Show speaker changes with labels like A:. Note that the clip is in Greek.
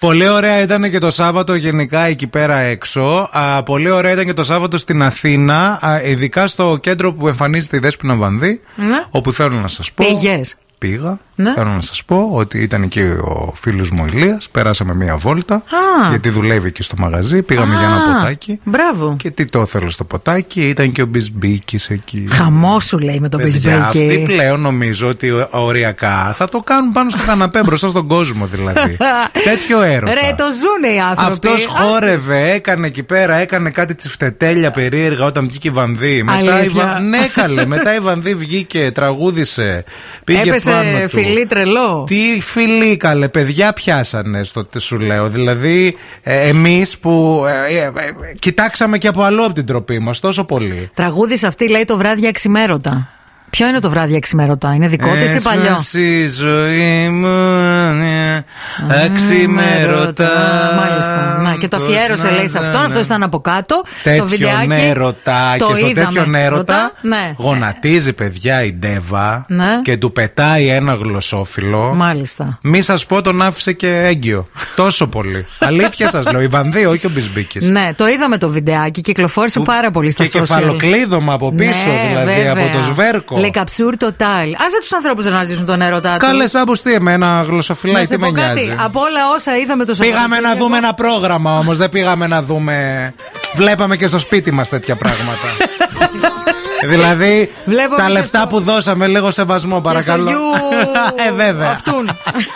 A: Πολύ ωραία ήταν και το Σάββατο γενικά εκεί πέρα έξω. Α, πολύ ωραία ήταν και το Σάββατο στην Αθήνα, α, ειδικά στο κέντρο που εμφανίζεται η Δέσποινα Βανδύ.
B: Ναι.
A: Όπου θέλω να σας πω.
B: Πήγες.
A: Πήγα.
B: Ναι.
A: Θέλω να σας πω ότι ήταν εκεί ο φίλος μου Ηλίας Περάσαμε μία βόλτα.
B: Α.
A: Γιατί δουλεύει εκεί στο μαγαζί. Πήγαμε για
B: Α,
A: ένα ποτάκι.
B: Μπράβο.
A: Και τι το θέλω στο ποτάκι. Ήταν και ο Μπισμπίκης εκεί.
B: Χαμός σου λέει με τον
A: Παιδιά, αυτοί
B: Μπισμπέκη.
A: πλέον νομίζω ότι ο- οριακά θα το κάνουν πάνω στο καναπέ μπροστά στον κόσμο δηλαδή. Τέτοιο έρωτα.
B: Ρε, το ζουνε οι άνθρωποι.
A: Αυτός
B: Άσε.
A: χόρευε, έκανε εκεί πέρα, έκανε κάτι τσιφτετέλια περίεργα όταν βγήκε η Βανδύ. Μετά η
B: Αλήθεια.
A: Βα... ναι, καλέ. Μετά η Βανδύ βγήκε, τραγούδισε. Πήγε πάνω
B: Έπεσε
A: του.
B: φιλί τρελό.
A: Τι φιλί, καλέ. Παιδιά πιάσανε στο τι σου λέω. Δηλαδή, ε, εμείς που ε, ε, ε, κοιτάξαμε και από αλλού από την τροπή μας τόσο πολύ.
B: Τραγούδις αυτή λέει το βράδυ αξιμέρωτα. Ποιο είναι το βράδυ αξιμέρωτα, είναι δικό της ή παλιό.
A: Έσπασε η ζωή μου, ναι, αξιμέρωτα.
B: Μάλιστα. Να, και το
A: πως
B: αφιέρωσε,
A: να
B: λέει σε
A: τα-
B: αυτόν.
A: ναι.
B: Αυτός ήταν από κάτω. το
A: Τέτοιον
B: βιντεάκι.
A: έρωτα
B: το
A: και στο
B: είδαμε.
A: τέτοιον έρωτα
B: Ναι.
A: γονατίζει παιδιά η Ντέβα
B: Ναι.
A: και του πετάει ένα γλωσσόφυλλο.
B: Μάλιστα.
A: Μη σας πω τον άφησε και έγκυο. Τόσο πολύ. Αλήθεια σας λέω. Η Βανδύ, όχι ο Μπισμπίκης.
B: Ναι, το είδαμε το βιντεάκι. Κυκλοφόρησε πάρα πολύ στα
A: και
B: social.
A: κεφαλοκλείδωμα από πίσω,
B: Ναι,
A: δηλαδή
B: βέβαια.
A: από το σβέρκο.
B: Le capture total. Άσε τους ανθρώπους να ζήσουν τον έρωτά τους.
A: Καλές άμπου τι εμένα,
B: να
A: γλωσσοφυλάει,
B: σε
A: τι
B: πω
A: με
B: κάτι.
A: νοιάζει.
B: Από όλα όσα είδαμε το
A: Πήγαμε να
B: Σαββατοκύριακο-
A: δούμε ένα πρόγραμμα όμως, δεν πήγαμε να δούμε. Βλέπαμε και στο σπίτι μας τέτοια πράγματα. δηλαδή,
B: Βλέπαμε
A: τα
B: και
A: λεφτά
B: στο-
A: που δώσαμε, λίγο σεβασμό
B: και στο
A: παρακαλώ.
B: γιου
A: ε, βέβαια.
B: Αυτούν.